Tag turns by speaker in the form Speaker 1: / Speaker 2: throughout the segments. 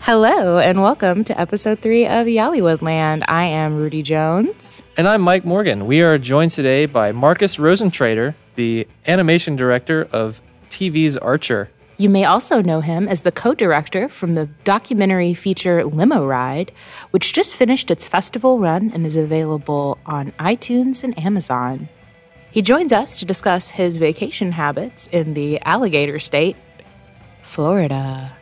Speaker 1: Hello and welcome to episode three of Yollywood Land. I am Rudy Jones.
Speaker 2: And I'm Mike Morgan. We are joined today by Marcus Rosentrader, the animation director of TV's Archer.
Speaker 1: You may also know him as the co director from the documentary feature Limo Ride, which just finished its festival run and is available on iTunes and Amazon. He joins us to discuss his vacation habits in the alligator state, Florida.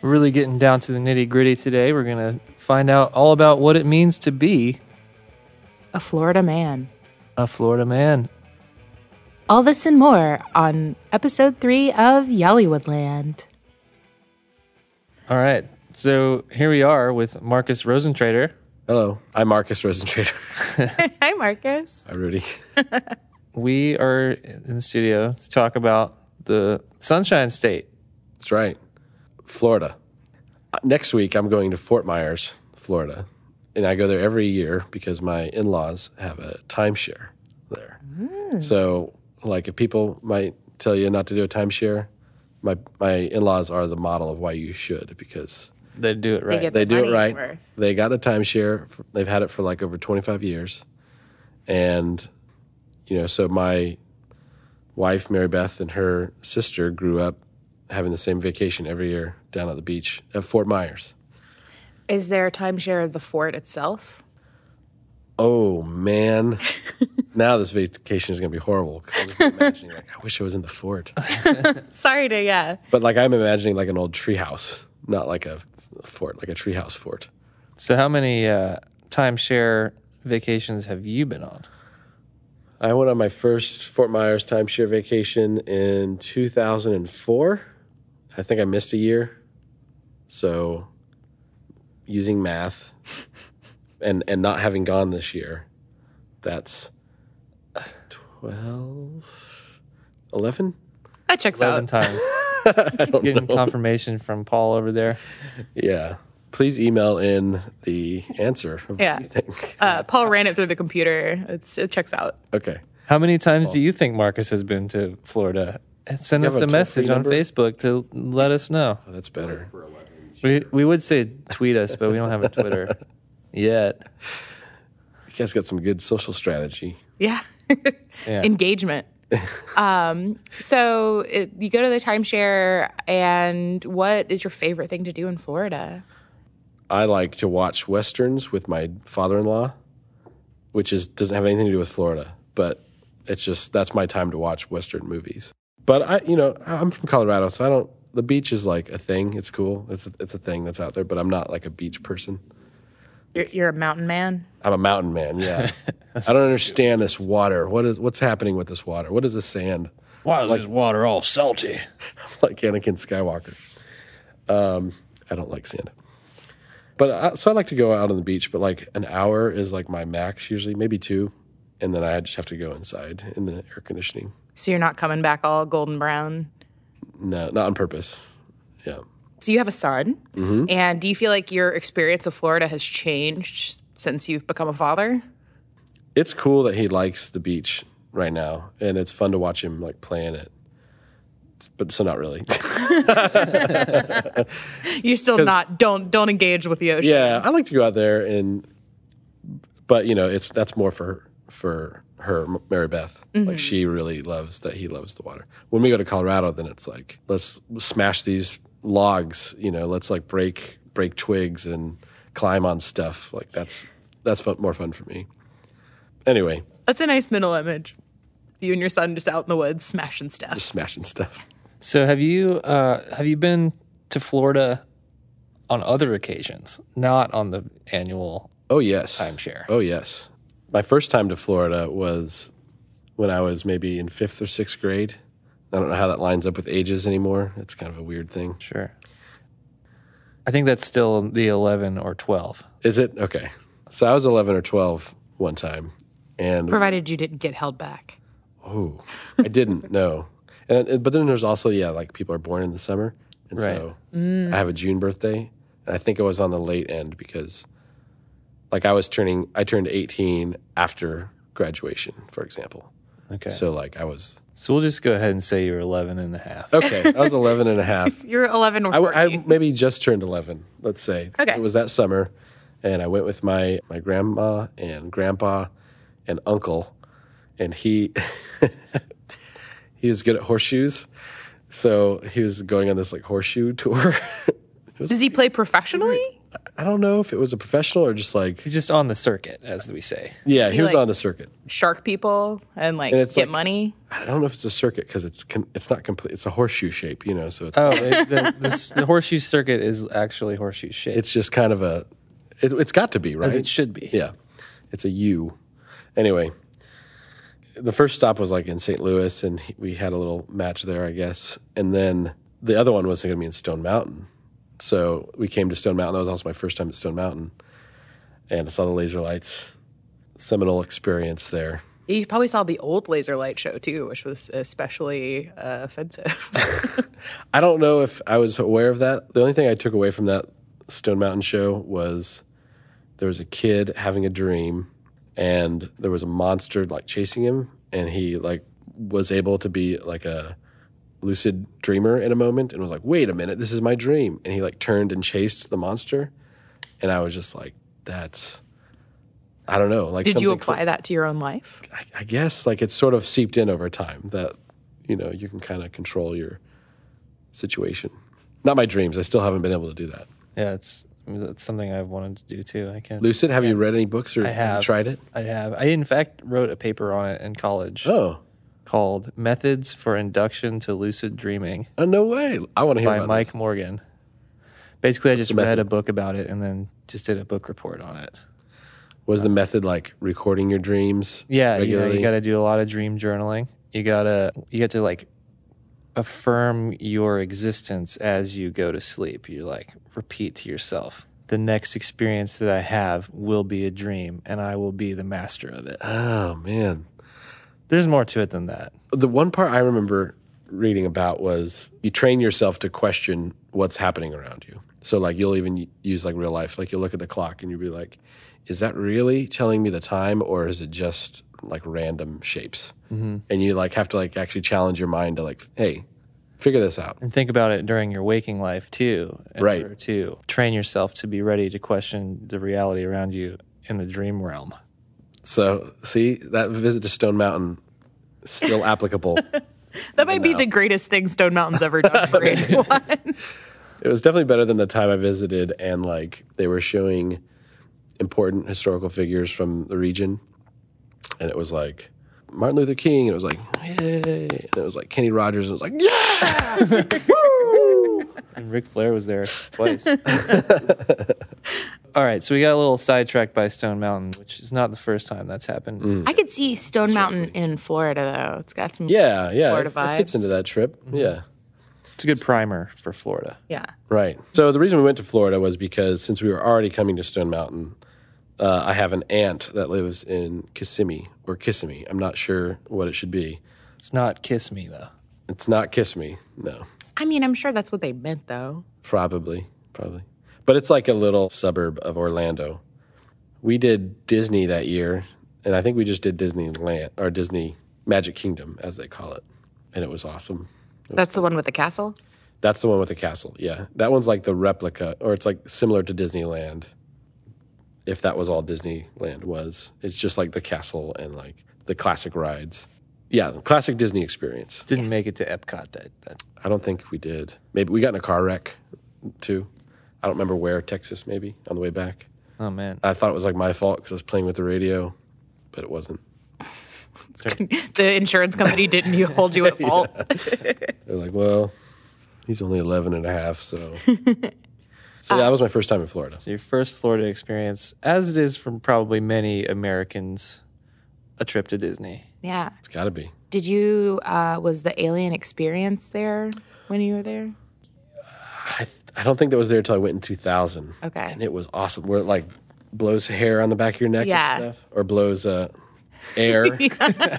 Speaker 2: We're really getting down to the nitty gritty today. We're going to find out all about what it means to be
Speaker 1: A Florida man.
Speaker 2: a Florida man.
Speaker 1: All this and more on episode three of Yollywood Land.
Speaker 2: All right. So here we are with Marcus Rosentrader.
Speaker 3: Hello, I'm Marcus Rosentrader.
Speaker 1: Hi, Marcus.
Speaker 3: Hi, Rudy.
Speaker 2: We are in the studio to talk about the Sunshine State.
Speaker 3: That's right, Florida. Uh, Next week, I'm going to Fort Myers, Florida, and I go there every year because my in-laws have a timeshare there. So, like, if people might tell you not to do a timeshare, my my in-laws are the model of why you should because
Speaker 2: They do it right.
Speaker 1: get-
Speaker 3: they
Speaker 1: The
Speaker 3: do it
Speaker 1: money's
Speaker 3: right.
Speaker 1: worth.
Speaker 3: They got the timeshare. f- They've had it for like over 25 years. And, you know, so my wife, Mary Beth, and her sister grew up having the same vacation every year down at the beach at Fort Myers.
Speaker 1: Is there a timeshare of the fort itself?
Speaker 3: Oh, man. now this vacation is going to be horrible 'cause I'm just imagining, like, I wish I was in the fort.
Speaker 1: Sorry to, yeah.
Speaker 3: But, like, I'm imagining like an old treehouse, not like a f- fort, like a treehouse fort.
Speaker 2: So, how many uh, timeshare vacations have you been on?
Speaker 3: I went on my first Fort Myers timeshare vacation in 2004. I think I missed a year. So, using math and and not having gone this year, that's 12 11?
Speaker 1: That checks
Speaker 2: 11
Speaker 1: out.
Speaker 2: times.
Speaker 3: I don't
Speaker 2: Getting
Speaker 3: know.
Speaker 2: confirmation from Paul over there.
Speaker 3: Yeah. Please email in the answer of
Speaker 1: Yeah.
Speaker 3: what you think.
Speaker 1: Uh, Paul ran it through the computer. It's, it checks out.
Speaker 3: Okay.
Speaker 2: How many times do you think Marcus has been to Florida? And Send
Speaker 3: have
Speaker 2: us
Speaker 3: a
Speaker 2: Oh. a
Speaker 3: toll-free
Speaker 2: message on
Speaker 3: number?
Speaker 2: Facebook to let us know.
Speaker 3: Oh, that's better.
Speaker 2: We we would say tweet us, but we don't have a Twitter yet.
Speaker 3: You guys got some good social strategy.
Speaker 1: Yeah.
Speaker 2: Yeah.
Speaker 1: Engagement. um, so it, you go to the timeshare, and what is your favorite thing to do in Florida?
Speaker 3: I like to watch westerns with my father-in-law, which is doesn't have anything to do with Florida, but it's just that's my time to watch western movies. But I, you know, I'm from Colorado, so I don't. The beach is like a thing. It's cool. It's a, it's a thing that's out there, but I'm not like a beach person.
Speaker 1: You're, you're a mountain man.
Speaker 3: I'm a mountain man. Yeah, I don't understand this water. What is what's happening with this water? What is the sand?
Speaker 2: Why is this water all salty?
Speaker 3: like Anakin Skywalker. Um, I don't like sand. But I, so I like to go out on the beach, but like an hour is like my max usually, maybe two, and then I just have to go inside in the air conditioning.
Speaker 1: So you're not coming back all golden brown.
Speaker 3: No, not on purpose. Yeah,
Speaker 1: So you have a son. And do you feel like your experience of Florida has changed since you've become a father?
Speaker 3: it's cool that he likes the beach right now, and it's fun to watch him like play in it. But so not really.
Speaker 1: You still not don't don't engage with the ocean.
Speaker 3: yeah, I like to go out there and, but you know, it's that's more for for her, M- Mary Beth. Like she really loves that he loves the water. When we go to Colorado, then it's like let's smash these logs. You know, let's like break break twigs and climb on stuff. Like that's that's fun, more fun for me. Anyway,
Speaker 1: That's a nice mental image. You and your son just out in the woods smashing stuff.
Speaker 3: just smashing stuff.
Speaker 2: So have you uh, have you been to Florida on other occasions, not on the annual
Speaker 3: Oh yes,
Speaker 2: timeshare?
Speaker 3: Oh yes. My first time to Florida was when I was maybe in fifth or sixth grade. I don't know how that lines up with ages anymore. It's kind of a weird thing.
Speaker 2: Sure. I think that's still the eleven or twelve.
Speaker 3: Is it okay? So I was eleven or twelve one time, and
Speaker 1: Provided you didn't get held back.
Speaker 3: oh, I didn't know. And and- but then there's also yeah, like people are born in the summer, and so I have a June birthday, and I think I was on the late end because, like, I was turning I turned eighteen after graduation, for example.
Speaker 2: Okay. So,
Speaker 3: So like I was
Speaker 2: we'll just go ahead and say you're 11 and a half.
Speaker 3: okay. I was 11 and a half.
Speaker 4: You're 11 or
Speaker 3: I,
Speaker 4: 14.
Speaker 3: I maybe just turned 11. Let's say
Speaker 4: Okay.
Speaker 3: it was that summer, and I went with my my grandma and grandpa and uncle, and he he was good at horseshoes, so he was going on this like horseshoe tour.
Speaker 4: Does he play professionally?
Speaker 3: I don't know if it was a professional or just like
Speaker 2: He's just on the circuit, as we say.
Speaker 3: yeah, he was
Speaker 4: like-
Speaker 3: on the circuit.
Speaker 4: Shark people and like
Speaker 3: And
Speaker 4: get
Speaker 3: it's like-
Speaker 4: money?
Speaker 3: I don't know if it's a circuit because it's con- it's not complete. It's a horseshoe shape, you know. So it's
Speaker 2: Oh, it, the, the, s- the horseshoe circuit is actually horseshoe shaped,
Speaker 3: it's just kind of a it, it's got to be right.
Speaker 2: as it should be.
Speaker 3: Yeah. It's a U. Anyway, the first stop was like in St. Louis, and he- we had a little match there, I guess. And then the other one was going to be in Stone Mountain. So we came to Stone Mountain. That was also my first time at Stone Mountain. And I saw the laser lights, seminal experience there.
Speaker 4: You probably saw the old laser light show too, which was especially uh, offensive.
Speaker 3: I don't know if I was aware of that. The only thing I took away from that Stone Mountain show was there was a kid having a dream and there was a monster like chasing him and he like was able to be like a lucid dreamer in a moment and was like, "Wait a minute, this is my dream." And he like turned and chased the monster and I was just like, that's I don't know, like
Speaker 4: Did you
Speaker 3: something-
Speaker 4: apply that to your own life?
Speaker 3: I, I guess like it's sort of seeped in over time that you know you can kind of control your situation. Not my dreams. I still haven't been able to do that.
Speaker 2: Yeah, it's that's something I've wanted to do too. I can't.
Speaker 3: Lucid, have you read any books or have you
Speaker 2: have.
Speaker 3: tried it?
Speaker 2: I have. I in fact wrote a paper on it in college
Speaker 3: Oh,
Speaker 2: called "Methods for Induction to Lucid Dreaming"
Speaker 3: oh no way! I want to hear
Speaker 2: by
Speaker 3: about
Speaker 2: Mike
Speaker 3: this.
Speaker 2: Morgan. Basically, I just
Speaker 3: the
Speaker 2: read
Speaker 3: method?
Speaker 2: a book about it and then just did a book report on it.
Speaker 3: Was the method like recording your dreams?
Speaker 2: Yeah, you know,
Speaker 3: regularly?
Speaker 2: you got to do a lot of dream journaling. You gotta you get to like affirm your existence as you go to sleep. You like repeat to yourself, the next experience that I have will be a dream, and I will be the master of it.
Speaker 3: Oh man,
Speaker 2: There's more to it than that.
Speaker 3: the one part I remember reading about was you train yourself to question what's happening around you. So like you'll even use like real life, like you'll look at the clock and you'll be like, is that really telling me the time or is it just like random shapes? Mm-hmm. And you like have to like actually challenge your mind to like, hey, figure this out.
Speaker 2: And think about it during your waking life too. in
Speaker 3: Right.
Speaker 2: order To train yourself to be ready to question the reality around you in the dream realm.
Speaker 3: So see that visit to Stone Mountain still applicable.
Speaker 4: That might be the greatest thing Stone Mountain's ever done for anyone.
Speaker 3: It was definitely better than the time I visited, and like they were showing important historical figures from the region, and it was like Martin Luther King, and it was like, yay, and it was like Kenny Rogers, and it was like, yeah,
Speaker 2: And Ric Flair was there twice. All right, so we got a little sidetracked by Stone Mountain, which is not the first time that's happened.
Speaker 1: Mm.
Speaker 4: I could see Stone Mountain in Florida though. It's got some
Speaker 3: yeah, yeah, it,
Speaker 4: Florida
Speaker 3: it fits
Speaker 4: vibes. Mm-hmm.
Speaker 3: into that trip, yeah.
Speaker 2: It's a good primer for Florida.
Speaker 4: yeah.
Speaker 3: Right. So the reason we went to Florida was because since we were already coming to Stone Mountain, uh, I have an aunt that lives in Kissimmee or Kissimmee. I'm not sure what it should be.
Speaker 2: It's not Kiss Me though.
Speaker 3: It's not Kissimmee, no.
Speaker 4: I mean, I'm sure that's what they meant though.
Speaker 3: Probably, probably. But it's like a little suburb of Orlando. We did Disney that year, and I think we just did Disneyland or Disney Magic Kingdom, as they call it, and it was awesome.
Speaker 4: That's the one with the castle.
Speaker 3: That's the one with the castle. Yeah, that one's like the replica, or it's like similar to Disneyland. If that was all Disneyland was, it's just like the castle and like the classic rides. Yeah, classic Disney experience.
Speaker 2: Didn't make it to Epcot that, that
Speaker 3: I don't think we did. Maybe we got in a car wreck too. I don't remember where, Texas maybe, on the way back.
Speaker 2: oh man.
Speaker 3: I thought it was like my fault because I was playing with the radio, but it wasn't.
Speaker 4: The insurance company didn't you- hold you at fault.
Speaker 3: They're like, well, he's only 11 and a half, so.
Speaker 4: Uh.
Speaker 3: so yeah, that was my first time in Florida.
Speaker 2: So your first Florida experience, as it is from probably many Americans, a trip to Disney.
Speaker 4: Yeah.
Speaker 3: It's got to be.
Speaker 4: Did you? Uh, was the alien experience there when you were there?
Speaker 3: I, th- I don't think that was there until I went in 2000.
Speaker 4: Okay.
Speaker 3: And it was awesome. Where it like blows hair on the back of your neck
Speaker 4: Yeah.
Speaker 3: and stuff, or blows uh, air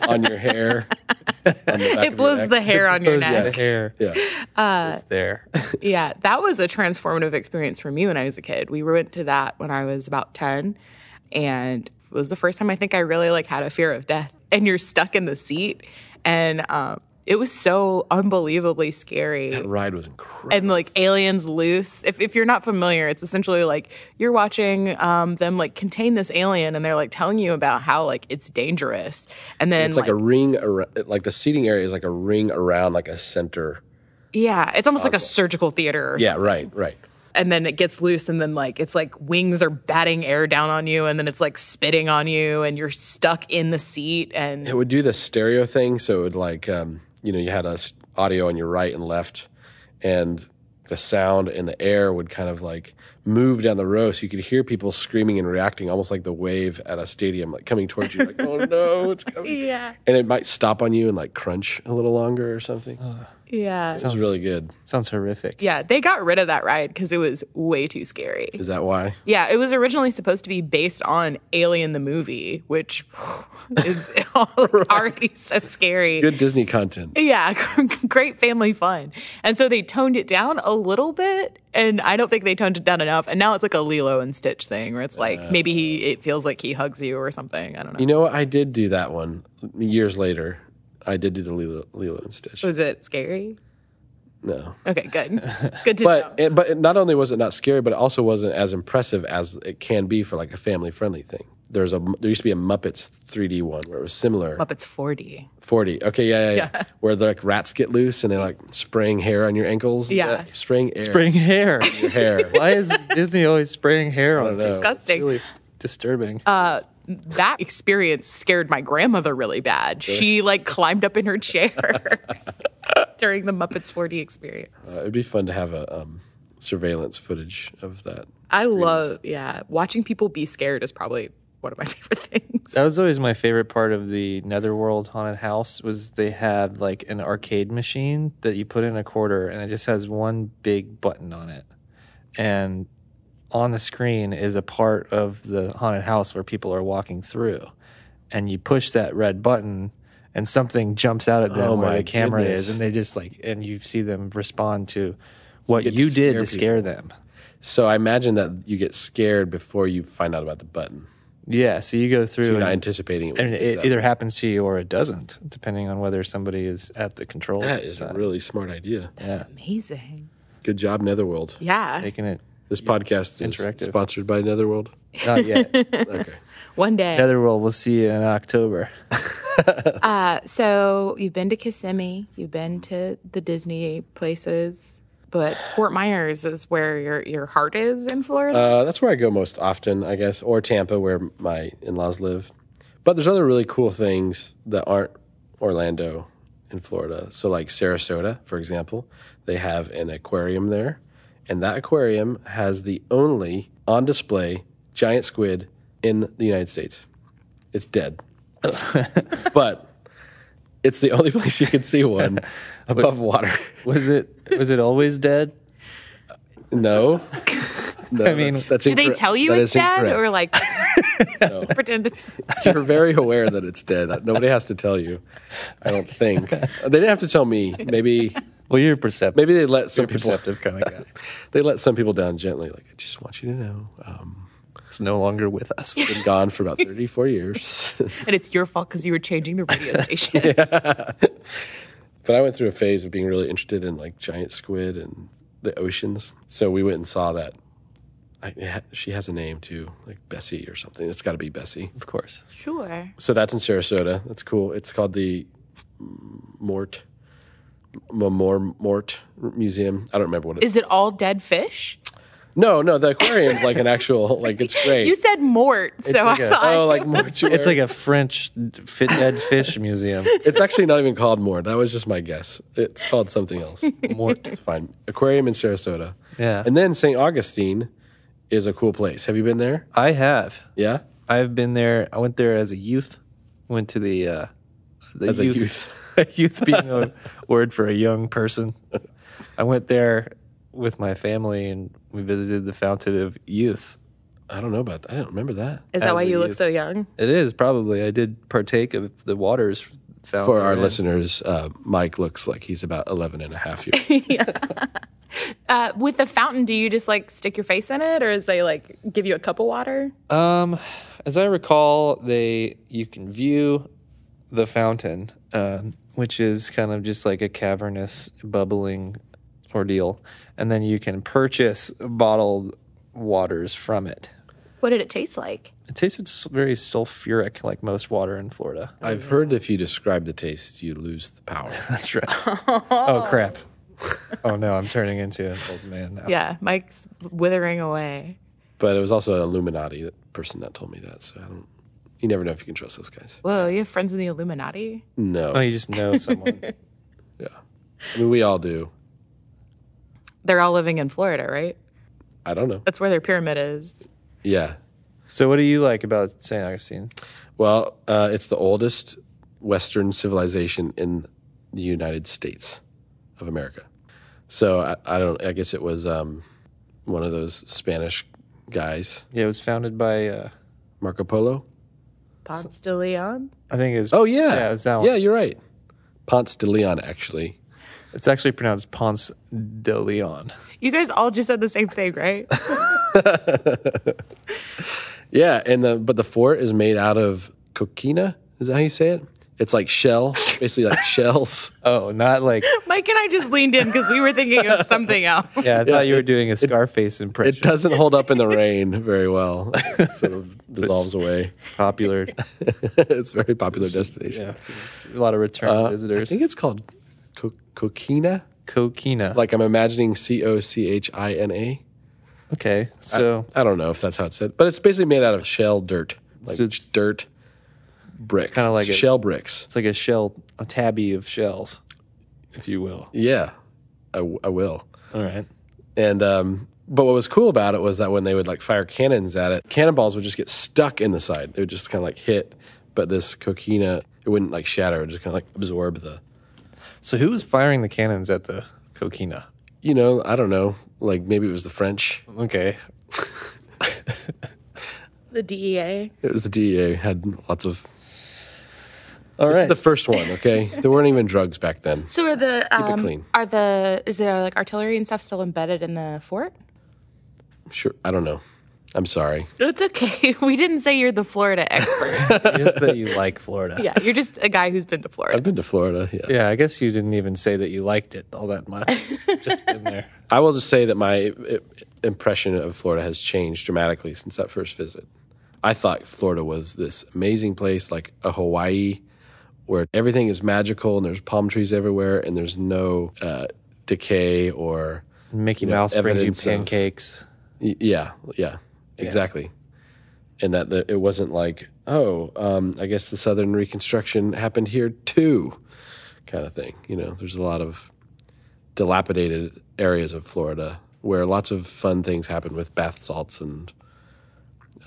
Speaker 3: on your hair. on the back of your
Speaker 4: It blows
Speaker 3: neck.
Speaker 4: the hair on your neck.
Speaker 2: hair.
Speaker 3: Yeah.
Speaker 2: It's there.
Speaker 4: Yeah, that was a transformative experience for me when I was a kid. We went to that when I was about 10 and it was the first time I think I really like had a fear of death.
Speaker 1: and you're stuck in the seat. And um, it was so unbelievably scary.
Speaker 3: That ride was incredible.
Speaker 1: and like aliens loose. If, if you're not familiar, it's essentially like you're watching um, them like contain this alien and they're like telling you about how like it's dangerous. And then
Speaker 3: it's like, a ring, ar- like the seating area is like a ring around like a center.
Speaker 1: yeah, it's almost like a surgical theater. Or
Speaker 3: Yeah, right, right.
Speaker 1: and then it gets loose and then like it's like wings are batting air down on you and then it's like spitting on you and you're stuck in the seat and
Speaker 3: It would do the stereo thing, so it would like um, you know you had a s- audio on your right and left, and the sound in the air would kind of like move down the row, so you could hear people screaming and reacting, almost like the wave at a stadium, like coming towards you, like oh no, it's coming.
Speaker 1: yeah
Speaker 3: And it might stop on you and like crunch a little longer or something.
Speaker 1: yeah
Speaker 3: Sounds really good.
Speaker 2: Sounds horrific.
Speaker 1: yeah they got rid of that ride because it was way too scary
Speaker 3: Is that why?
Speaker 1: yeah it was originally supposed to be based on alien the movie which is already so scary
Speaker 3: Good Disney content.
Speaker 1: Yeah, great family fun. And so they toned it down a little bit, and I don't think they toned it down enough. And now it's like a Lilo and Stitch thing, where it's like maybe he it feels like he hugs you or something. I don't know.
Speaker 3: Uh, You know, I did do that one years later. I did do the Lilo, Lilo and Stitch.
Speaker 1: Was it scary?
Speaker 3: No,
Speaker 1: Okay, good, good to know.
Speaker 3: but it, but it- not only was it not scary, but it also wasn't as impressive as it can be for like a family friendly thing. There's a there used to be a Muppets 3D one where it was similar.
Speaker 1: Muppets 40.
Speaker 3: Oh, 40. Okay, yeah, yeah, yeah. Where the like rats get loose and they're like spraying hair on your ankles.
Speaker 1: Yeah.
Speaker 3: Uh, spraying air.
Speaker 2: Spraying hair.
Speaker 3: your hair.
Speaker 2: Why is Disney always spraying hair on
Speaker 3: know.
Speaker 2: us?
Speaker 1: Disgusting.
Speaker 2: It's really disturbing.
Speaker 1: That experience scared my grandmother really bad. She like climbed up in her chair during the Muppets 40 experience.
Speaker 3: Uh, it'd be fun to have a um, surveillance footage of that.
Speaker 1: I love, yeah, watching people be scared is probably one of my favorite things.
Speaker 2: that was always my favorite part of the Netherworld haunted house was they had like an arcade machine that you put in a quarter and it just has one big button on it. And on the screen is a part of the haunted house where people are walking through. And you push that red button and something jumps out at them
Speaker 3: Oh
Speaker 2: where
Speaker 3: my
Speaker 2: the camera
Speaker 3: goodness.
Speaker 2: is and they just like and you see them respond to what
Speaker 3: get to
Speaker 2: you did
Speaker 3: scare
Speaker 2: to scare them.
Speaker 3: So I imagine that you get scared before you find out about the button.
Speaker 2: Yeah, so you go through
Speaker 3: You're not
Speaker 2: and-
Speaker 3: anticipating it.
Speaker 2: I mean, it either happens to you or it doesn't, depending on whether somebody is at the controls.
Speaker 3: that is a really smart idea.
Speaker 1: Amazing.
Speaker 3: Good job, Netherworld.
Speaker 1: Yeah.
Speaker 2: making it
Speaker 3: This podcast is
Speaker 2: Interactive.
Speaker 3: sponsored by Netherworld.
Speaker 2: not yet.
Speaker 3: Okay.
Speaker 1: One day.
Speaker 2: Netherworld, we'll see you in October.
Speaker 1: Uh, So you've been to Kissimmee, you've been to the Disney places, but Fort Myers is where your your heart is in Florida.
Speaker 3: Uh, that's where I go most often, I guess, or Tampa, where my in laws live. But there's other really cool things that aren't Orlando in Florida. So, like Sarasota, for example, they have an aquarium there. And that aquarium has the only on display giant squid in the United States. It's dead. but it's the only place you can see one above water.
Speaker 2: Was it was it always dead?
Speaker 3: No. No,
Speaker 2: I mean-
Speaker 3: that's, that's
Speaker 1: Did they
Speaker 3: incorrect.
Speaker 1: tell you
Speaker 3: That
Speaker 1: it's
Speaker 3: is
Speaker 1: dead
Speaker 3: incorrect.
Speaker 1: or like pretend it's
Speaker 3: You're very aware that it's dead. Nobody has to tell you. I don't think they didn't have to tell me. Maybe
Speaker 2: Well, you're perceptive.
Speaker 3: maybe they let some
Speaker 2: you're a
Speaker 3: people
Speaker 2: perceptive kind of guy.
Speaker 3: they let some people down gently. Like I just want you to know, um,
Speaker 2: It's no longer with us.
Speaker 3: been gone for about 34 years.
Speaker 1: and it's your fault because you were changing the radio station.
Speaker 3: but I went through a phase of being really interested in like giant squid and the oceans. So we went and saw that. I, it ha- she has a name too, like Bessie or something. It's got to be Bessie.
Speaker 2: Of course.
Speaker 1: Sure.
Speaker 3: So that's in Sarasota. That's cool. It's called the M- Mort M- Mor Mort Museum. I don't remember what it is.
Speaker 1: Is it all dead fish?
Speaker 3: No, no, the aquarium's like an actual like it's great.
Speaker 1: You said mort, so
Speaker 2: like
Speaker 1: I
Speaker 2: a-
Speaker 1: thought
Speaker 3: oh, like mortuary.
Speaker 2: It's like a French fit dead fish museum.
Speaker 3: it's actually not even called Mort. That was just my guess. It's called something else.
Speaker 2: Mort.
Speaker 3: It's fine. Aquarium in Sarasota.
Speaker 2: Yeah.
Speaker 3: And then St. Augustine is a cool place. Have you been there?
Speaker 2: I have.
Speaker 3: Yeah.
Speaker 2: I've been there. I went there as a youth. Went to the uh, the
Speaker 3: As a
Speaker 2: youth. A youth, being a word for a young person. I went there with my family and we visited the Fountain of Youth.
Speaker 3: I don't know about that. I don't remember that.
Speaker 1: Is that why
Speaker 2: as a
Speaker 1: you look
Speaker 2: youth.
Speaker 1: so young?
Speaker 2: It is probably. I did partake of the waters. Fountain
Speaker 3: For our
Speaker 2: and-
Speaker 3: listeners, uh, Mike looks like he's about 11 and a half years.
Speaker 1: Uh, with the fountain, do you just like stick your face in it, or is they like give you a cup of water?
Speaker 2: Um, as I recall, they you can view the fountain, uh, which is kind of just like a cavernous bubbling ordeal, and then you can purchase bottled waters from it.
Speaker 1: What did it taste like?
Speaker 2: It tasted s- very sulfuric, like most water in Florida.
Speaker 3: I've heard if you describe the taste, you lose the power.
Speaker 2: That's right. oh crap! Oh no, I'm turning into an old man now.
Speaker 4: Yeah, Mike's withering away.
Speaker 3: But it was also an Illuminati person that told me that. So I don't. You never know if you can trust those guys.
Speaker 4: Whoa, you have friends in the Illuminati?
Speaker 3: No.
Speaker 2: Oh, you just know someone.
Speaker 3: Yeah. I mean, we all do.
Speaker 4: They're all living in Florida, right?
Speaker 3: I don't know.
Speaker 4: That's where their pyramid is.
Speaker 3: Yeah.
Speaker 2: so, what do you like about St. Augustine?
Speaker 3: Well, uh, it's the oldest Western civilization in the United States of America. So I, I don't. I guess it was um, one of those Spanish guys,
Speaker 2: Yeah, it was founded by. Uh,
Speaker 3: Marco Polo.
Speaker 4: Ponce de Leon?
Speaker 2: I think it was.
Speaker 3: Oh yeah,
Speaker 2: yeah, it was that one.
Speaker 3: Yeah, you're right. Ponce de Leon, actually.
Speaker 2: It's actually pronounced Ponce de Leon.
Speaker 4: You guys all just said the same thing, right?
Speaker 3: Yeah, and the but the fort is made out of coquina. Is that how you say it? It's like shell, basically like shells.
Speaker 2: Oh, not like
Speaker 4: Mike and I just leaned in because we were thinking of something else.
Speaker 2: yeah. I thought you were doing a Scarface
Speaker 3: It
Speaker 2: impression.
Speaker 3: doesn't hold up in the rain very well. It sort of dissolves away.
Speaker 2: Popular,
Speaker 3: it's a very popular destination.
Speaker 2: yeah. A lot of return
Speaker 3: Uh, I
Speaker 2: visitors.
Speaker 3: think it's called co- coquina.
Speaker 2: Coquina.
Speaker 3: Like I'm imagining C O C H I N A.
Speaker 2: okay, so
Speaker 3: I don't know if that's how it's said, but it's basically made out of shell dirt, like
Speaker 2: So it's-
Speaker 3: dirt bricks,
Speaker 2: Kinda like a-
Speaker 3: shell bricks.
Speaker 2: it's like a shell, a tabby of shells, if you will.
Speaker 3: Yeah, I, w- I will.
Speaker 2: All right.
Speaker 3: And um, but what was cool about it was that when they would like fire cannons at it, cannonballs would just get stuck in the side. They would just kind of like hit, but this coquina it wouldn't like shatter. It would just kind of like absorb the,
Speaker 2: So who was firing the cannons at the Coquina?
Speaker 3: you know, I don't know, like maybe it was the French.
Speaker 2: Okay.
Speaker 1: The E DEA.
Speaker 3: It was the DEA had lots of.
Speaker 2: All
Speaker 3: this
Speaker 2: right.
Speaker 3: is the first one, okay? there weren't even drugs back then.
Speaker 4: So are the
Speaker 3: it
Speaker 4: um,
Speaker 3: clean.
Speaker 4: are the is there like artillery and stuff still embedded in the fort?
Speaker 3: Sure, I don't know. I'm sorry.
Speaker 4: It's okay. We didn't say you're the Florida expert.
Speaker 2: Just that you like Florida.
Speaker 4: yeah, you're just a guy who's been to Florida.
Speaker 3: I've been to Florida. Yeah.
Speaker 2: Yeah, I guess you didn't even say that you liked it all that much. Just been there.
Speaker 3: I will just say that my i- impression of Florida has changed dramatically since that first visit. I thought Florida was this amazing place, like a Hawaii, where everything is magical and there's palm trees everywhere and there's no uh, decay or
Speaker 2: Mickey
Speaker 3: know,
Speaker 2: Mouse brings you
Speaker 3: evidence of-
Speaker 2: pancakes.
Speaker 3: Y- Yeah, yeah, exactly. And that the, it wasn't like, oh, um, I guess the Southern Reconstruction happened here too, kind of thing. You know, there's a lot of dilapidated areas of Florida where lots of fun things happen with bath salts and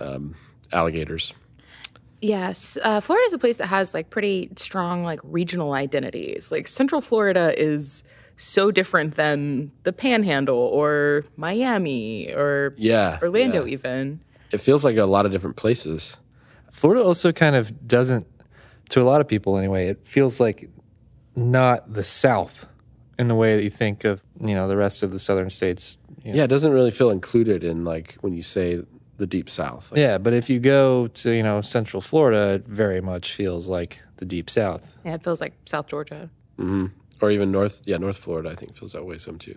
Speaker 3: um, alligators.
Speaker 4: Yes, uh, Florida is a place that has like pretty strong like regional identities. Like Central Florida is so different than the Panhandle or Miami or
Speaker 3: Yeah,
Speaker 4: Orlando
Speaker 3: yeah.
Speaker 4: even.
Speaker 3: It feels like a lot of different places.
Speaker 2: Florida also kind of doesn't, to a lot of people anyway, it feels like not the South in the way that you think of, you know, the rest of the southern states. you know.
Speaker 3: Yeah, it doesn't really feel included in like when you say the Deep South. Like,
Speaker 2: Yeah, but if you go to, you know, central Florida, it very much feels like the deep South.
Speaker 4: Yeah, it feels like South Georgia.
Speaker 3: or even north yeah north florida i think feels that way some too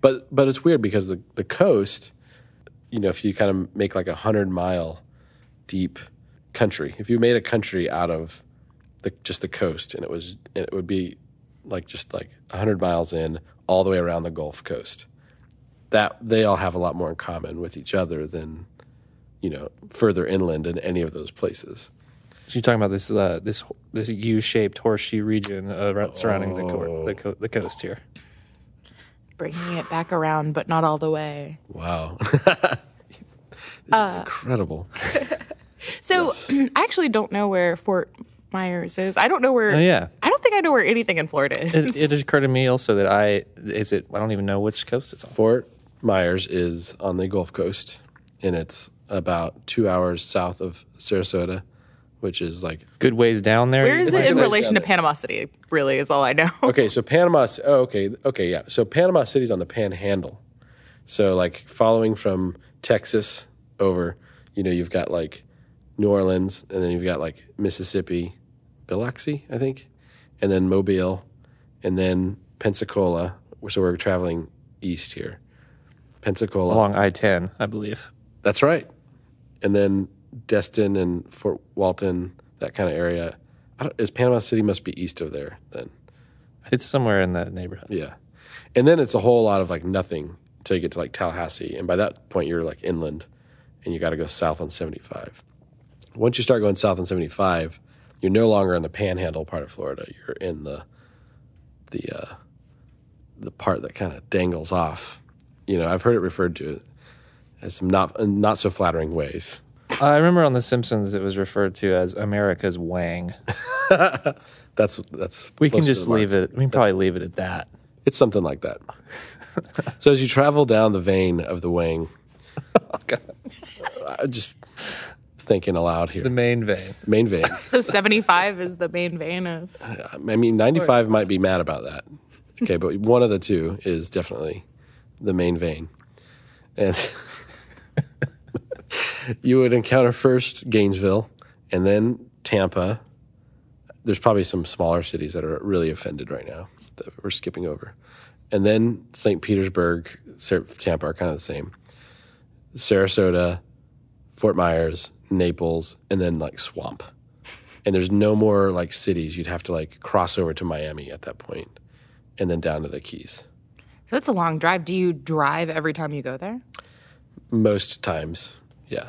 Speaker 3: but but it's weird because the, the coast you know if you kind of make like a hundred mile deep country if you made a country out of the just the coast and it was and it would be like just like a hundred miles in all the way around the gulf coast that they all have a lot more in common with each other than you know further inland in any of those places
Speaker 2: So you're talking about this uh, this this U-shaped horseshoe region uh, ra- surrounding the, cor-
Speaker 3: Oh.
Speaker 2: the, co- the coast here.
Speaker 4: Bringing it back around, but not all the way.
Speaker 3: wow this is incredible
Speaker 4: So I actually don't know where Fort Myers is. I don't know where.
Speaker 2: Oh, yeah.
Speaker 4: I don't think I know where anything in Florida is.
Speaker 2: It, it occurred to me also that I is it I don't even know which coast it's on.
Speaker 3: Fort Myers is on the Gulf Coast, and it's about two hours south of Sarasota, which is like
Speaker 2: Good ways down there.
Speaker 4: Where
Speaker 2: you
Speaker 4: is
Speaker 2: think?
Speaker 4: it in
Speaker 3: like
Speaker 4: relation to
Speaker 3: that.
Speaker 4: Panama City? Really, is all I know.
Speaker 3: okay. So Panama. Ci- Oh, okay, okay, yeah. So Panama City's on the Panhandle. So like following from Texas over, you know, you've got like New Orleans, and then you've got like Mississippi, Biloxi, I think, and then Mobile, and then Pensacola. So we're traveling east here. Pensacola.
Speaker 2: along I 10, I believe.
Speaker 3: That's right. And then Destin and Fort Walton, that kind of area. I don't, is Panama City must be east of there then?
Speaker 2: It's somewhere in that neighborhood.
Speaker 3: Yeah. And then it's a whole lot of like nothing until you get to like Tallahassee. And by that point, you're like inland and you got to go south on 75. Once you start going south on 75, you're no longer in the panhandle part of Florida. You're in the, the, uh, the part that kind of dangles off. You know, I've heard it referred to as some not, not so flattering ways.
Speaker 2: I remember on The Simpsons, it was referred to as America's Wang.
Speaker 3: That's, that's,
Speaker 2: We can
Speaker 3: close to the
Speaker 2: just
Speaker 3: mark.
Speaker 2: leave it. We can probably leave it at that.
Speaker 3: It's something like that. so as you travel down the vein of the wing,
Speaker 2: Oh,
Speaker 3: I just thinking aloud
Speaker 2: The
Speaker 3: here.
Speaker 2: main vein.
Speaker 3: Main vein.
Speaker 4: So 75 is the main vein of.
Speaker 3: I mean, 95 might be mad about that. Okay, but one of the two is definitely the main vein. And you would encounter first Gainesville and then Tampa. There's probably some smaller cities that are really offended right now that we're skipping over. And then St. Petersburg, Sar- Tampa are kind of the same. Sarasota, Fort Myers, Naples, and then like Swamp and there's no more like cities you'd have to like cross over to miami at that point and then down to the keys
Speaker 4: So it's a long drive. Do you drive every time you go there?
Speaker 3: most times yeah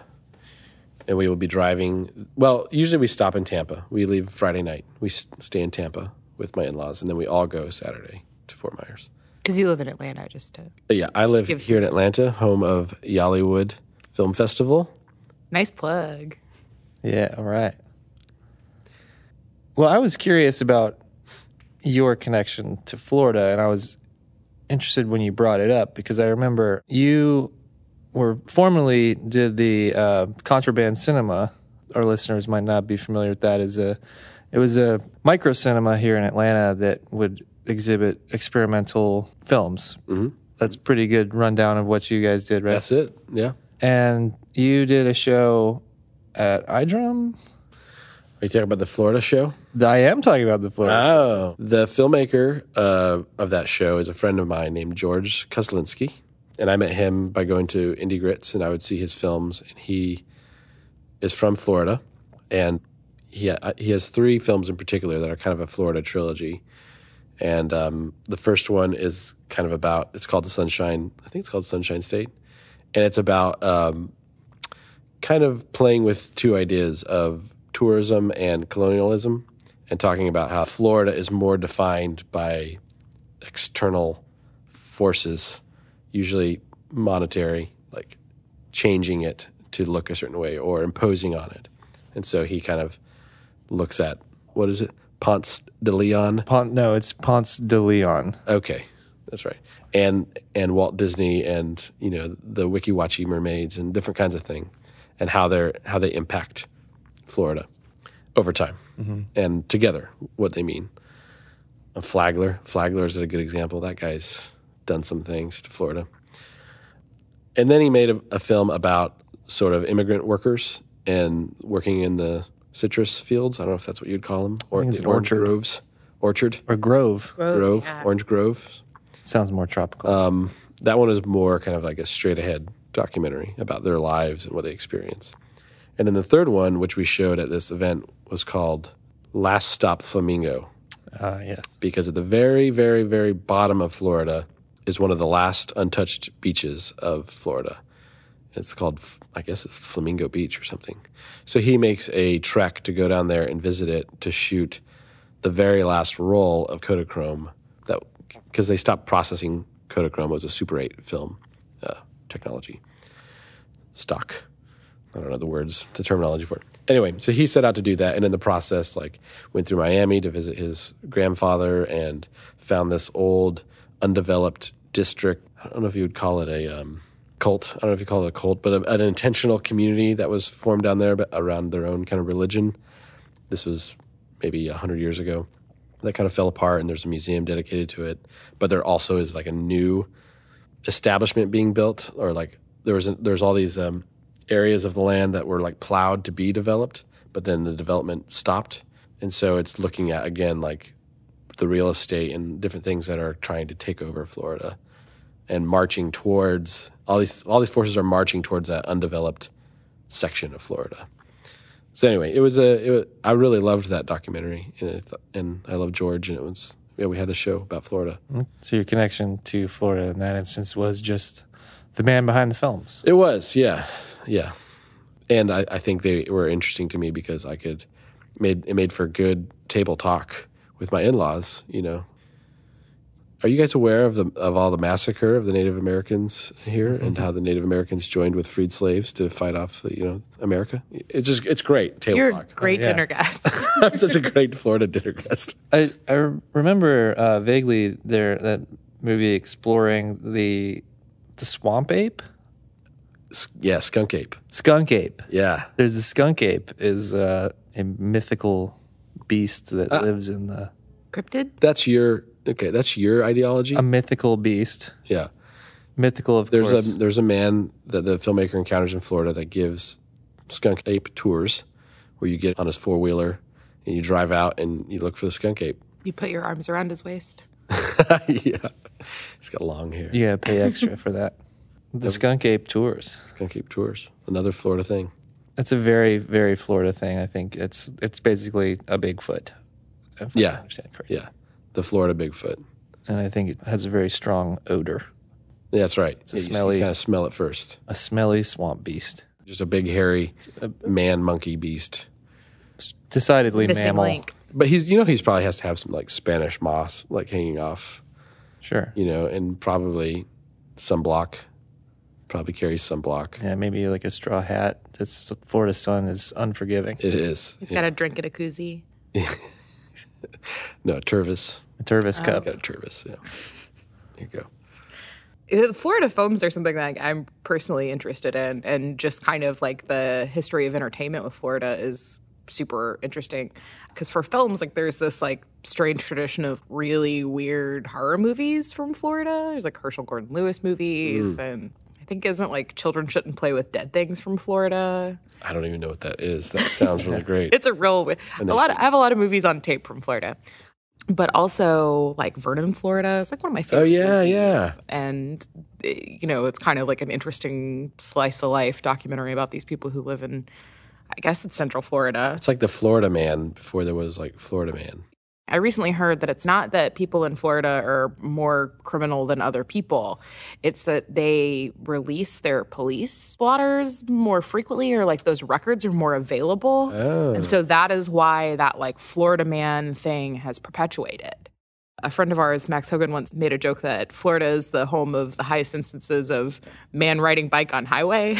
Speaker 3: and we will be driving well usually we stop in tampa we leave friday night we s- stay in tampa with my in-laws and then we all go saturday to fort myers
Speaker 4: Because you live in Atlanta, just to.
Speaker 3: But yeah i live here in atlanta home of yollywood film festival
Speaker 4: Nice plug.
Speaker 2: Yeah, all right. Well, I was curious about your connection to Florida, and I was interested when you brought it up because I remember you were formerly did the uh, contraband cinema. Our listeners might not be familiar with that. Is a it was a micro cinema here in Atlanta that would exhibit experimental films. Mm-hmm. That's pretty good rundown of what you guys did, right?
Speaker 3: that's it yeah
Speaker 2: And you did a show at iDrum.
Speaker 3: are you talking about the florida show
Speaker 2: I am talking about the Florida.
Speaker 3: Oh. The filmmaker uh, of that show is a friend of mine named George Kozlinski. And I met him by going to Indie Grits and I would see his films. And he is from Florida. And he, uh, he has three films in particular that are kind of a Florida trilogy. And um, the first one is kind of about, it's called The Sunshine, I think it's called Sunshine State. And it's about um, kind of playing with two ideas of tourism and colonialism and talking about how Florida is more defined by external forces, usually monetary, like changing it to look a certain way or imposing on it. And so he kind of looks at what is it? Ponce de Leon.
Speaker 2: Pont, no, it's Ponce de Leon.
Speaker 3: Okay, that's right. And and Walt Disney and you know the Wiki Watchy mermaids and different kinds of thing, and how they're how they impact Florida over time
Speaker 2: Mm-hmm.
Speaker 3: and together what they mean. A Flagler, Flagler is a good example. That guy's done some things to Florida. And then he made a, a film about sort of immigrant workers and working in the citrus fields. I don't know if that's what you'd call them, or
Speaker 2: think it's
Speaker 3: the
Speaker 2: an
Speaker 3: orange
Speaker 2: orchard.
Speaker 3: groves, orchard,
Speaker 2: Or Grove.
Speaker 3: grove, orange grove,
Speaker 2: Sounds more tropical.
Speaker 3: um, that one is more kind of like a straight ahead documentary about their lives and what they experience. And then the third one, which we showed at this event, was called Last Stop Flamingo,
Speaker 2: uh, yes.
Speaker 3: because at the very, very, very bottom of Florida is one of the last untouched beaches of Florida. It's called, I guess it's Flamingo Beach or something. So he makes a trek to go down there and visit it to shoot the very last roll of Kodachrome that because they stopped processing Kodachrome it was a Super 8 film uh, technology stock. I don't know the words, the terminology for it. Anyway, so he set out to do that, and in the process, like went through Miami to visit his grandfather and found this old undeveloped district. I don't know if you would call it a um, cult. I don't know if you call it a cult, but a, an intentional community that was formed down there but around their own kind of religion. This was maybe hundred years ago. That kind of fell apart, and there's a museum dedicated to it. But there also is like a new establishment being built or like there was there's all these um, areas of the land that were like plowed to be developed but then the development stopped And so it's looking at again like the real estate and different things that are trying to take over Florida and marching towards all these all these forces are marching towards that undeveloped section of Florida. So anyway, it was a it was, I really loved that documentary and I th- and I love George and it was yeah we had a show about Florida.
Speaker 2: So your connection to Florida in that instance was just the man behind the films.
Speaker 3: It was, yeah, yeah, and I, I think they were interesting to me because I could made it made for good table talk with my in laws. You know, are you guys aware of the of all the massacre of the Native Americans here and how the Native Americans joined with freed slaves to fight off the, you know America? It's just it's great table
Speaker 4: You're a
Speaker 3: talk.
Speaker 4: great
Speaker 2: Oh, Yeah.
Speaker 4: dinner guest.
Speaker 3: I'm such a great Florida dinner guest.
Speaker 2: I I remember uh, vaguely there that movie exploring the the swamp ape,
Speaker 3: S- Yeah, skunk ape.
Speaker 2: skunk ape.
Speaker 3: Yeah,
Speaker 2: There's the skunk ape is uh, a mythical beast that lives in the
Speaker 4: Cryptid?
Speaker 3: that's your okay. That's your ideology.
Speaker 2: a mythical beast,
Speaker 3: yeah.
Speaker 2: mythical of
Speaker 3: There's
Speaker 2: course.
Speaker 3: a there's a man that the filmmaker encounters in Florida that gives skunk ape tours, where you get on his four wheeler and you drive out and you look for the skunk ape.
Speaker 4: You put your arms around his waist.
Speaker 3: yeah, he's got long hair.
Speaker 2: you gotta pay extra for that. The skunk ape tours.
Speaker 3: Skunk ape tours, another Florida thing.
Speaker 2: That's a very very Florida thing. I think it's it's basically a Bigfoot. If
Speaker 3: Yeah.
Speaker 2: I understand correctly.
Speaker 3: Yeah, the Florida Bigfoot.
Speaker 2: and I think it has a very strong odor,
Speaker 3: Yeah, that's right.
Speaker 2: a
Speaker 3: Yeah, you
Speaker 2: smelly-
Speaker 3: kind of smell it first.
Speaker 2: a smelly swamp beast.
Speaker 3: Just a big hairy man monkey beast.
Speaker 2: Decidedly
Speaker 4: Missing
Speaker 2: mammal.
Speaker 4: link.
Speaker 3: But he's you know he's probably has to have some like Spanish moss like hanging off
Speaker 2: Sure.
Speaker 3: you know, and probably sunblock. Probably carries sunblock.
Speaker 2: Yeah, maybe like a straw hat. This Florida sun is unforgiving.
Speaker 3: It is.
Speaker 4: He's got a drink in a koozie.
Speaker 3: No, Turvis.
Speaker 2: A Turvis
Speaker 4: Oh.
Speaker 2: cup.
Speaker 3: Got a Turvis, yeah. There you go.
Speaker 1: Uh, Florida films are something that I'm personally interested in, and just kind of like the history of entertainment with Florida is super interesting. Because for films, like there's this like strange tradition of really weird horror movies from Florida. There's like Herschel Gordon Lewis movies,
Speaker 3: Mm.
Speaker 1: and I think isn't like children shouldn't play with dead things from Florida.
Speaker 3: I don't even know what that is. That sounds really great.
Speaker 1: It's a real wi- a lot. Of, I have a lot of movies on tape from Florida, but also like Vernon, Florida. It's like one of my favorite.
Speaker 3: Oh yeah, yeah.
Speaker 1: and eh, you know it's kind of like an interesting slice of life documentary about these people who live in i guess it's central florida
Speaker 3: It's like the Florida man before there was like Florida man.
Speaker 1: i recently heard that it's not that people in florida are more criminal than other people it's that they release their police blotters more frequently or like those records are more available and so that is why that like florida man thing has perpetuated a friend of ours, Max Hogan, once made a joke that Florida is the home of the highest instances of man riding bike on highway.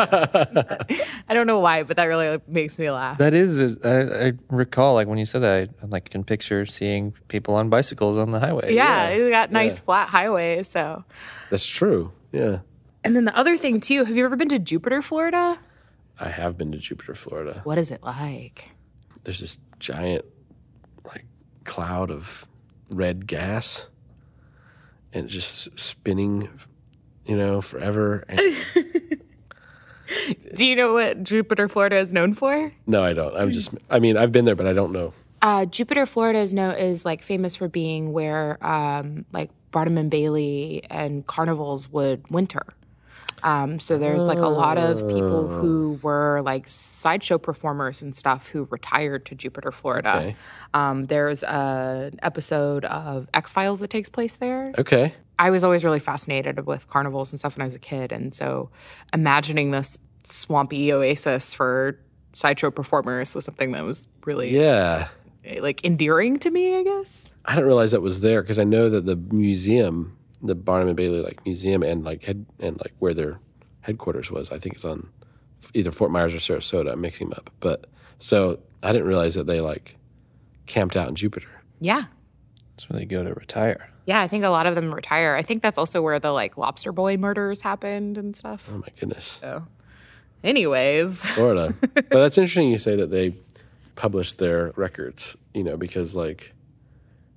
Speaker 1: I don't know why, but that really like, makes me laugh.
Speaker 2: That is, a- I, I recall like when you said that, I, I like can picture seeing people on bicycles on the highway.
Speaker 1: Yeah, it got nice flat highways. So,
Speaker 3: That's true. Yeah.
Speaker 1: and then the other thing too, have you ever been to Jupiter, Florida?
Speaker 3: I have been to Jupiter, Florida.
Speaker 1: What is it like?
Speaker 3: There's this giant like cloud of red gas and it's just spinning you know, forever. And,
Speaker 1: Do you know what Jupiter, Florida is known for?
Speaker 3: no, I don't. I'm just I mean, I've been there but I don't know.
Speaker 4: Uh, Jupiter, Florida is no is like famous for being where um, like Barnum and Bailey and carnivals would winter. Um, so there's like a lot of people who
Speaker 1: Oh.
Speaker 4: were like sideshow performers and stuff who retired to Jupiter, Florida.
Speaker 3: Okay.
Speaker 4: Um, there's an episode of X Files that takes place there.
Speaker 3: Okay.
Speaker 4: I was always really fascinated with carnivals and stuff when I was a kid. And so imagining this swampy oasis for sideshow performers was something that was really
Speaker 3: Yeah.
Speaker 4: like endearing to me, I guess.
Speaker 3: I didn't realize that was there because I know that the museum, the Barnum and Bailey like museum and like head and like where their headquarters was, I think it's on either Fort Myers or Sarasota. I'm mixing 'em up, but so I didn't realize that they like camped out in Jupiter.
Speaker 4: Yeah.
Speaker 2: That's where they go to retire.
Speaker 4: Yeah, I think a lot of them retire. I think that's also where the like lobster boy murders happened and stuff.
Speaker 2: Mm.
Speaker 3: Oh my goodness,
Speaker 1: Anyways,
Speaker 3: Florida. but that's interesting. You say that they published their records, you know, because like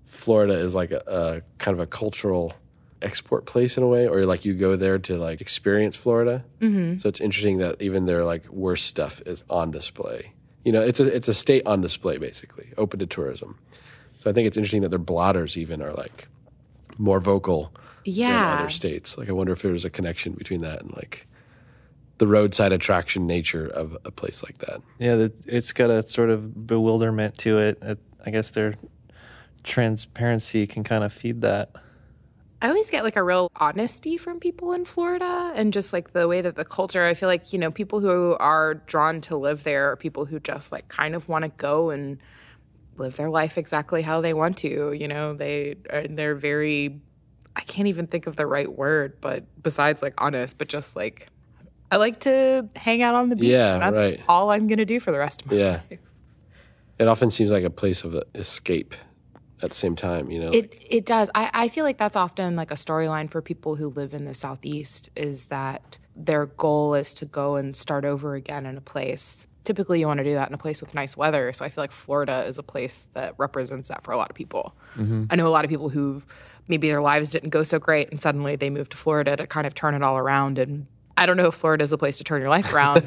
Speaker 3: Florida is like a, a kind of a cultural export place in a way, or like you go there to like experience Florida. Mm-hmm. So it's interesting that even their like worst stuff is on display You know, it's a it's a state on display basically, open to tourism. So I think it's interesting that their blotters even are like more vocal than
Speaker 1: Yeah.
Speaker 3: other states. Like I wonder if there's a connection between that and like the roadside attraction nature of a place like that.
Speaker 2: Yeah, the, it's got a sort of bewilderment to it. it. I guess their transparency can kind of feed that.
Speaker 1: I always get like a real honesty from people in Florida and just like the way that the culture, I feel like, you know, people who are drawn to live there are people who just like kind of want to go and live their life exactly how they want to, you know, they are they're very I can't even think of the right word, but besides like honest, but just like I like to hang out on the beach.
Speaker 3: Yeah,
Speaker 1: That's
Speaker 3: right.
Speaker 1: all I'm going to do for the rest of my
Speaker 3: Yeah. It often seems like a place of escape at the same time, you know. like-
Speaker 1: It it does. I, I feel like that's often like a storyline for people who live in the southeast is that their goal is to go and start over again in a place. Typically you want to do that in a place with nice weather. So I feel like Florida is a place that represents that for a lot of people. I know a lot of people who've maybe their lives didn't go so great and suddenly they moved to Florida to kind of turn it all around and I don't know if Florida is a place to turn your life around.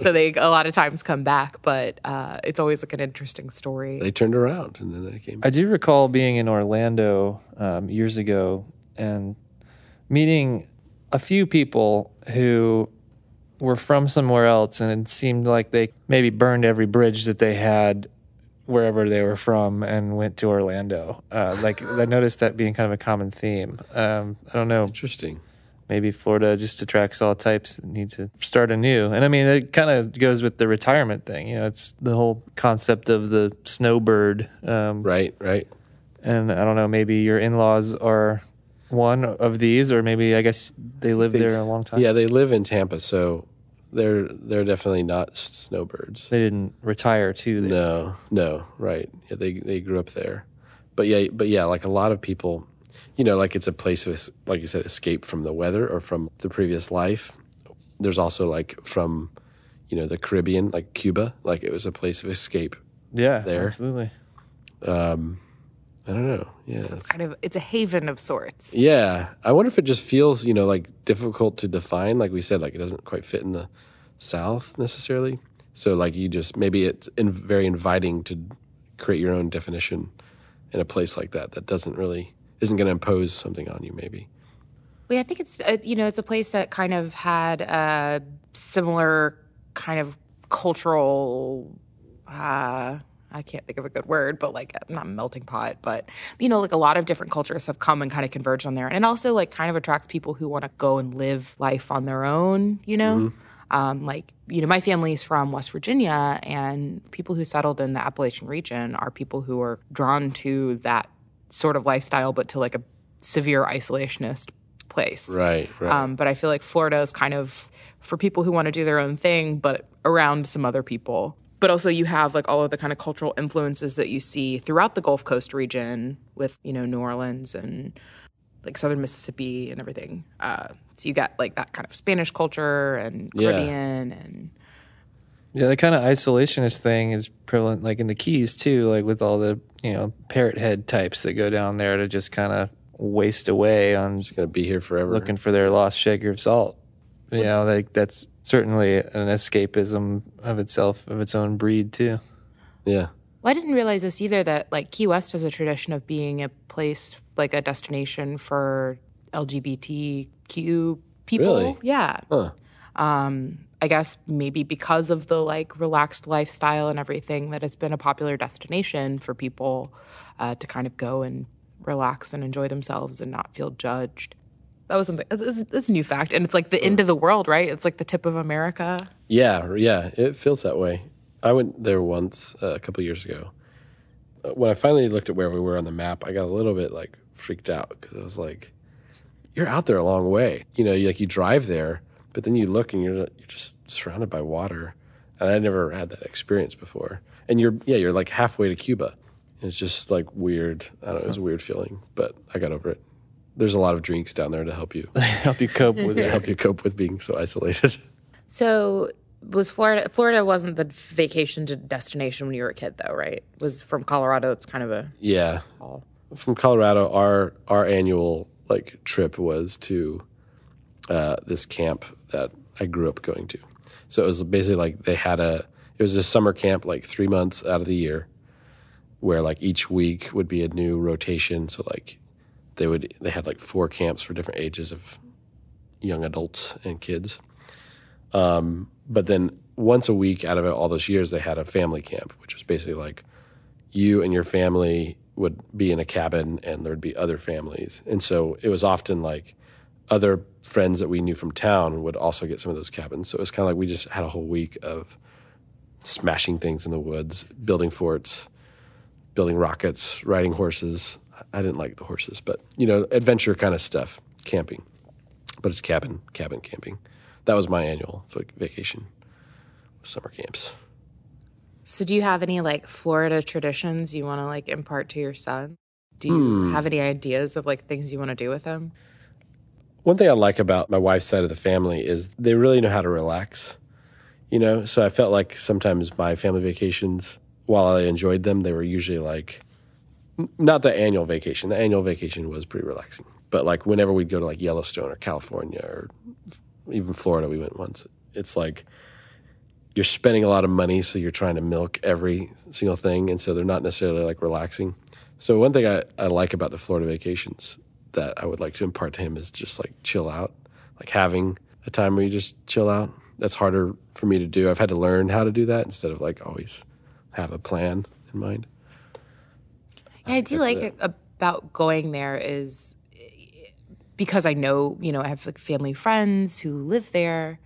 Speaker 1: so they a lot of times come back, but uh, it's always like an interesting story.
Speaker 3: they turned around and then they came.
Speaker 2: I do recall being in Orlando um, years ago and meeting a few people who were from somewhere else, and it seemed like they maybe burned every bridge that they had wherever they were from and went to Orlando. Uh, like I noticed that being kind of a common theme. Um, I don't know.
Speaker 3: Interesting.
Speaker 2: maybe Florida just attracts all types that need to start anew. And I mean, it kind of goes with the retirement thing. You know, it's the whole concept of the snowbird. Um,
Speaker 3: Right, right.
Speaker 2: And I don't know, maybe your in laws are one of these, or maybe I guess they live there a long time.
Speaker 3: Yeah, they live in Tampa, so they're they're definitely not s- snowbirds.
Speaker 2: They didn't retire too. They,
Speaker 3: No, no, right. Yeah, they they grew up there, but yeah, but yeah, like a lot of people, you know, like it's a place of es- like you said, escape from the weather or from the previous life. There's also like from, you know, the Caribbean, like Cuba, like it was a place of escape.
Speaker 2: Yeah,
Speaker 3: There.
Speaker 2: absolutely.
Speaker 3: I don't know. Yeah,
Speaker 1: It's kind of it's a haven of sorts.
Speaker 3: Yeah. I wonder if it just feels, you know, like difficult to define. Like we said, like it doesn't quite fit in the South necessarily. So, like, you just maybe it's in, very inviting to create your own definition in a place like that that doesn't really, isn't going to impose something on you, maybe.
Speaker 1: Well, yeah, I think it's uh, you know it's a place that kind of had a similar kind of cultural. Uh, I can't think of a good word, but like not melting pot, but you know, like a lot of different cultures have come and kind of converged on there, and it also like kind of attracts people who want to go and live life on their own. You know. Um, like you know, my family's from West Virginia, and people who settled in the Appalachian region are people who are drawn to that sort of lifestyle, but to like a severe isolationist place.
Speaker 3: Right. Right.
Speaker 1: Um, but I feel like Florida is kind of for people who want to do their own thing, but around some other people. But also, you have like all of the kind of cultural influences that you see throughout the Gulf Coast region with, you know, New Orleans and like southern Mississippi and everything. Uh, so you got like that kind of Spanish culture and
Speaker 3: Yeah.
Speaker 1: Caribbean and
Speaker 2: Yeah, the kind of isolationist thing is prevalent, like in the Keys too, like with all the you know parrot head types that go down there to just kind of waste away on
Speaker 3: Going to be here forever.
Speaker 2: looking for their lost shaker of salt. You know, like that's certainly an escapism of itself, of its own breed too.
Speaker 3: yeah.
Speaker 1: Well, I didn't realize this either that like Key West has a tradition of being a place like a destination for LGBTQ people.
Speaker 3: Really?
Speaker 1: Yeah.
Speaker 3: Huh.
Speaker 1: Um, I guess maybe because of the like relaxed lifestyle and everything that it's been a popular destination for people uh, to kind of go and relax and enjoy themselves and not feel judged. That was something. It's, it's- it's a new fact, and it's like the end of the world, right? It's like the tip of America.
Speaker 3: Yeah, r- yeah, it feels that way. I went there once uh, a couple years ago. Uh, When I finally looked at where we were on the map, I got a little bit like freaked out because I was like, "You're out there a long way." You know, you, like you drive there, but then you look and you're you're just surrounded by water, and I never had that experience before. And you're yeah, you're like halfway to Cuba. And It's just like weird. I don't know. It was a weird feeling, but I got over it. There's a lot of drinks down there to help you
Speaker 2: Help you cope with
Speaker 3: to
Speaker 2: it.
Speaker 3: help you cope with being so isolated.
Speaker 1: So was Florida Florida wasn't the vacation to destination when you were a kid though, right? was from Colorado. It's kind of a
Speaker 3: Yeah. Uh, From Colorado, our our annual like trip was to uh, this camp that I grew up going to. So it was basically like they had a it was a summer camp like three months out of the year where like each week would be a new rotation so like they would they had like four camps for different ages of young adults and kids um, but then once a week out of all those years they had a family camp which was basically like you and your family would be in a cabin and there would be other families and so it was often like other friends that we knew from town would also get some of those cabins so it was kind of like we just had a whole week of smashing things in the woods building forts building rockets, riding horses. I didn't like the horses, but you know, adventure kind of stuff, camping. But it's cabin, cabin camping. That was my annual vac- vacation, summer camps.
Speaker 1: So, do you have any like Florida traditions you want to like impart to your son? Do you have any ideas of like things you want to do with him?
Speaker 3: One thing I like about my wife's side of the family is they really know how to relax. You know, so I felt like sometimes my family vacations, while I enjoyed them, they were usually like n- not the annual vacation. The annual vacation was pretty relaxing. But like whenever we'd go to like Yellowstone or California or f- even Florida, we went once. It's like you're spending a lot of money, so you're trying to milk every single thing, and so they're not necessarily like relaxing. So one thing I, I like about the Florida vacations that I would like to impart to him is just like chill out, like having a time where you just chill out. That's harder for me to do. I've had to learn how to do that instead of like always have a plan in mind.
Speaker 1: Yeah, I do like it about going there is because I know, you know, I have like family friends who live there.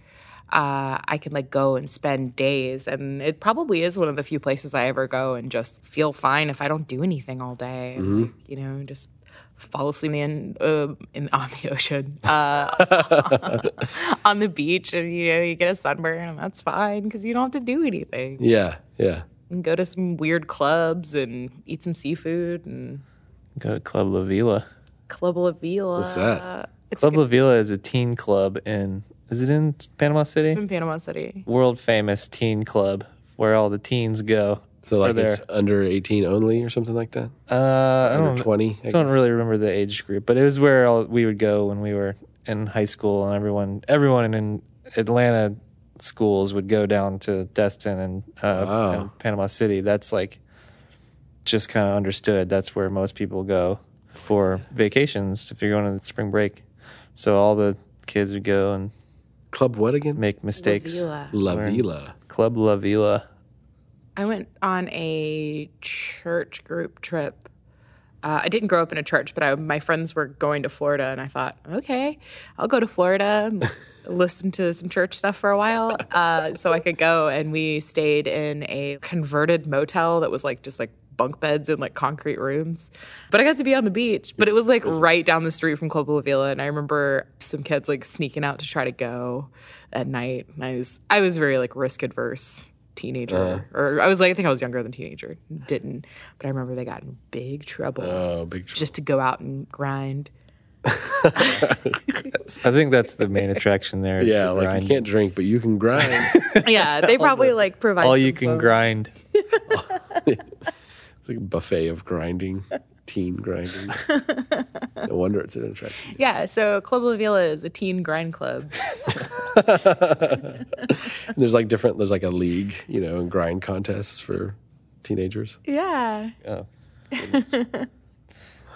Speaker 1: Uh, I can like go and spend days, and it probably is one of the few places I ever go and just feel fine if I don't do anything all day. and, like, you know, just fall asleep in, uh, in on the ocean, uh, on the beach, and you know, you get a sunburn, and that's fine because you don't have to do anything
Speaker 3: Yeah, yeah.
Speaker 1: and go to some weird clubs and eat some seafood and
Speaker 2: Go to Club La Vila.
Speaker 1: Club La Vila.
Speaker 3: What's that?
Speaker 1: It's
Speaker 2: Club La Vila is a teen club in, is it in Panama City?
Speaker 1: in Panama City.
Speaker 2: World famous teen club where all the teens go.
Speaker 3: So
Speaker 2: Or
Speaker 3: like
Speaker 2: there.
Speaker 3: it's under eighteen only or something like that.
Speaker 2: Uh, I
Speaker 3: Under
Speaker 2: don't,
Speaker 3: twenty. I
Speaker 2: I don't
Speaker 3: guess.
Speaker 2: really remember the age group, but it was where all, we would go when we were in high school, and everyone everyone in Atlanta schools would go down to Destin and, uh,
Speaker 3: Wow.
Speaker 2: and Panama City. That's like just kind of understood. That's where most people go for vacations if you're going on spring break. So all the kids would go and
Speaker 3: Club what again?
Speaker 2: make mistakes.
Speaker 1: Vila.
Speaker 3: La Vila.
Speaker 2: Club La Vila.
Speaker 1: I went on a church group trip. Uh, I didn't grow up in a church, but I, my friends were going to Florida, and I thought, okay, I'll go to Florida and listen to some church stuff for a while, uh, so I could go. And we stayed in a converted motel that was like just like bunk beds and like concrete rooms. But I got to be on the beach. But it was like right down the street from Club La Vila, and I remember some kids like sneaking out to try to go at night. And I was I was very like risk adverse teenager,
Speaker 2: Uh.
Speaker 1: or I was like I think I was younger than teenager. Didn't, but I remember they got in big trouble
Speaker 2: Uh.
Speaker 3: Oh, big. Tr-
Speaker 1: just to go out and grind.
Speaker 2: I think that's the main attraction there. is
Speaker 3: yeah,
Speaker 2: the
Speaker 3: like
Speaker 2: grind.
Speaker 3: you can't drink, but you can grind.
Speaker 1: Yeah, they probably like provide
Speaker 2: all you
Speaker 1: some
Speaker 2: can
Speaker 1: fun.
Speaker 2: grind.
Speaker 3: It's like a buffet of grinding, teen grinding. no wonder it's an attraction.
Speaker 1: Yeah, so Club La Vila is a teen grind club.
Speaker 3: And there's like different. There's like a league, you know, and grind contests for teenagers.
Speaker 1: yeah,
Speaker 2: Oh.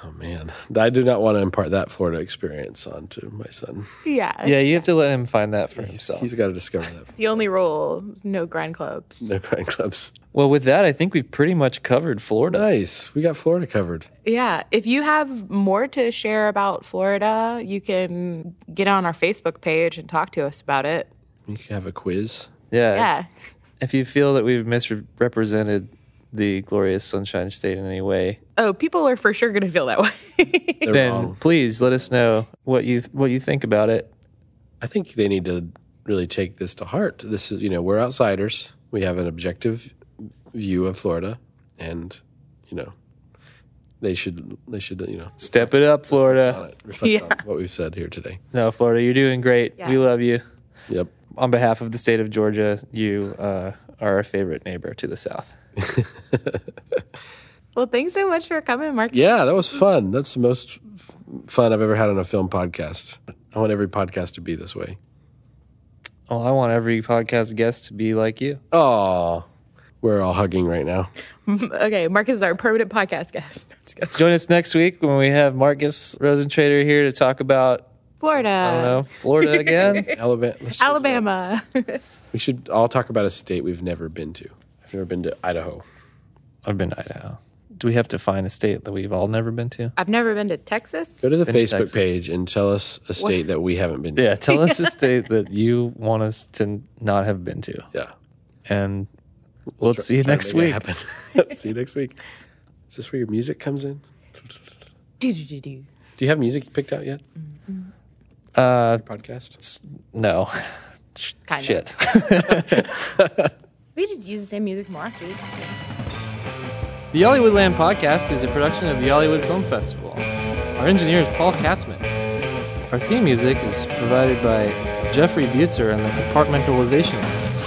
Speaker 3: Oh man, I do not want to impart that Florida experience onto my son.
Speaker 1: yeah.
Speaker 2: Yeah, you have to let him find that for himself.
Speaker 3: He's got to discover that.
Speaker 1: The only rule is no grind clubs.
Speaker 3: No grind clubs.
Speaker 2: Well, with that, I think we've pretty much covered Florida.
Speaker 3: Nice. We got Florida covered.
Speaker 1: Yeah. If you have more to share about Florida, you can get on our Facebook page and talk to us about it.
Speaker 3: You can have a quiz.
Speaker 2: Yeah.
Speaker 1: Yeah.
Speaker 2: If you feel that we've misrepresented the glorious Sunshine State in any way,
Speaker 1: Oh, people are for sure going to feel that way.
Speaker 3: They're
Speaker 2: then
Speaker 3: wrong.
Speaker 2: please let us know what you what you think about it.
Speaker 3: I think they need to really take this to heart. This is, you know, we're outsiders. We have an objective view of Florida, and you know, they should they should you know
Speaker 2: Step it up, Florida.
Speaker 3: reflect
Speaker 1: Yeah.
Speaker 3: on what we've said here today.
Speaker 2: No, Florida, you're doing great.
Speaker 1: Yeah.
Speaker 2: We love you.
Speaker 3: Yep.
Speaker 2: On behalf of the state of Georgia, you uh, are our favorite neighbor to the south.
Speaker 1: well, thanks so much for coming, Mark.
Speaker 3: Yeah, that was fun. That's the most f- fun I've ever had on a film podcast. I want every podcast to be this way.
Speaker 2: Well, I want every podcast guest to be like you.
Speaker 3: Oh, we're all hugging right now.
Speaker 1: okay, Marcus is our permanent podcast guest. I'm just kidding.
Speaker 2: Join us next week when we have Marcus Rosentrader here to talk about
Speaker 1: Florida,
Speaker 2: I don't know Florida again.
Speaker 3: Alabama. let's-
Speaker 1: Alabama.
Speaker 3: We should all talk about a state we've never been to. I've never been to Idaho.
Speaker 2: I've been to Idaho. Do we have to find a state that we've all never been to?
Speaker 1: I've never been to Texas.
Speaker 3: Go to the
Speaker 2: to
Speaker 3: Facebook
Speaker 2: Texas.
Speaker 3: page and tell us a state that we haven't been to.
Speaker 2: Yeah, tell us a state that you want us to not have been to,
Speaker 3: Yeah.
Speaker 2: and we'll see you
Speaker 3: Try to
Speaker 2: next
Speaker 3: make it
Speaker 2: week.
Speaker 3: happen. See you next week. Is this where your music comes in?
Speaker 1: Do, do, do, do.
Speaker 3: Do you have music you picked out yet?
Speaker 2: Uh,
Speaker 3: Podcast?
Speaker 2: s- no, Sh-
Speaker 1: Kind of.
Speaker 2: shit.
Speaker 1: We just use the same music from last week.
Speaker 2: The Hollywood Land Podcast is a production of the Hollywood Film Festival. Our engineer is Paul Katzman. Our theme music is provided by Jeffrey Butzer and the Compartmentalizationists.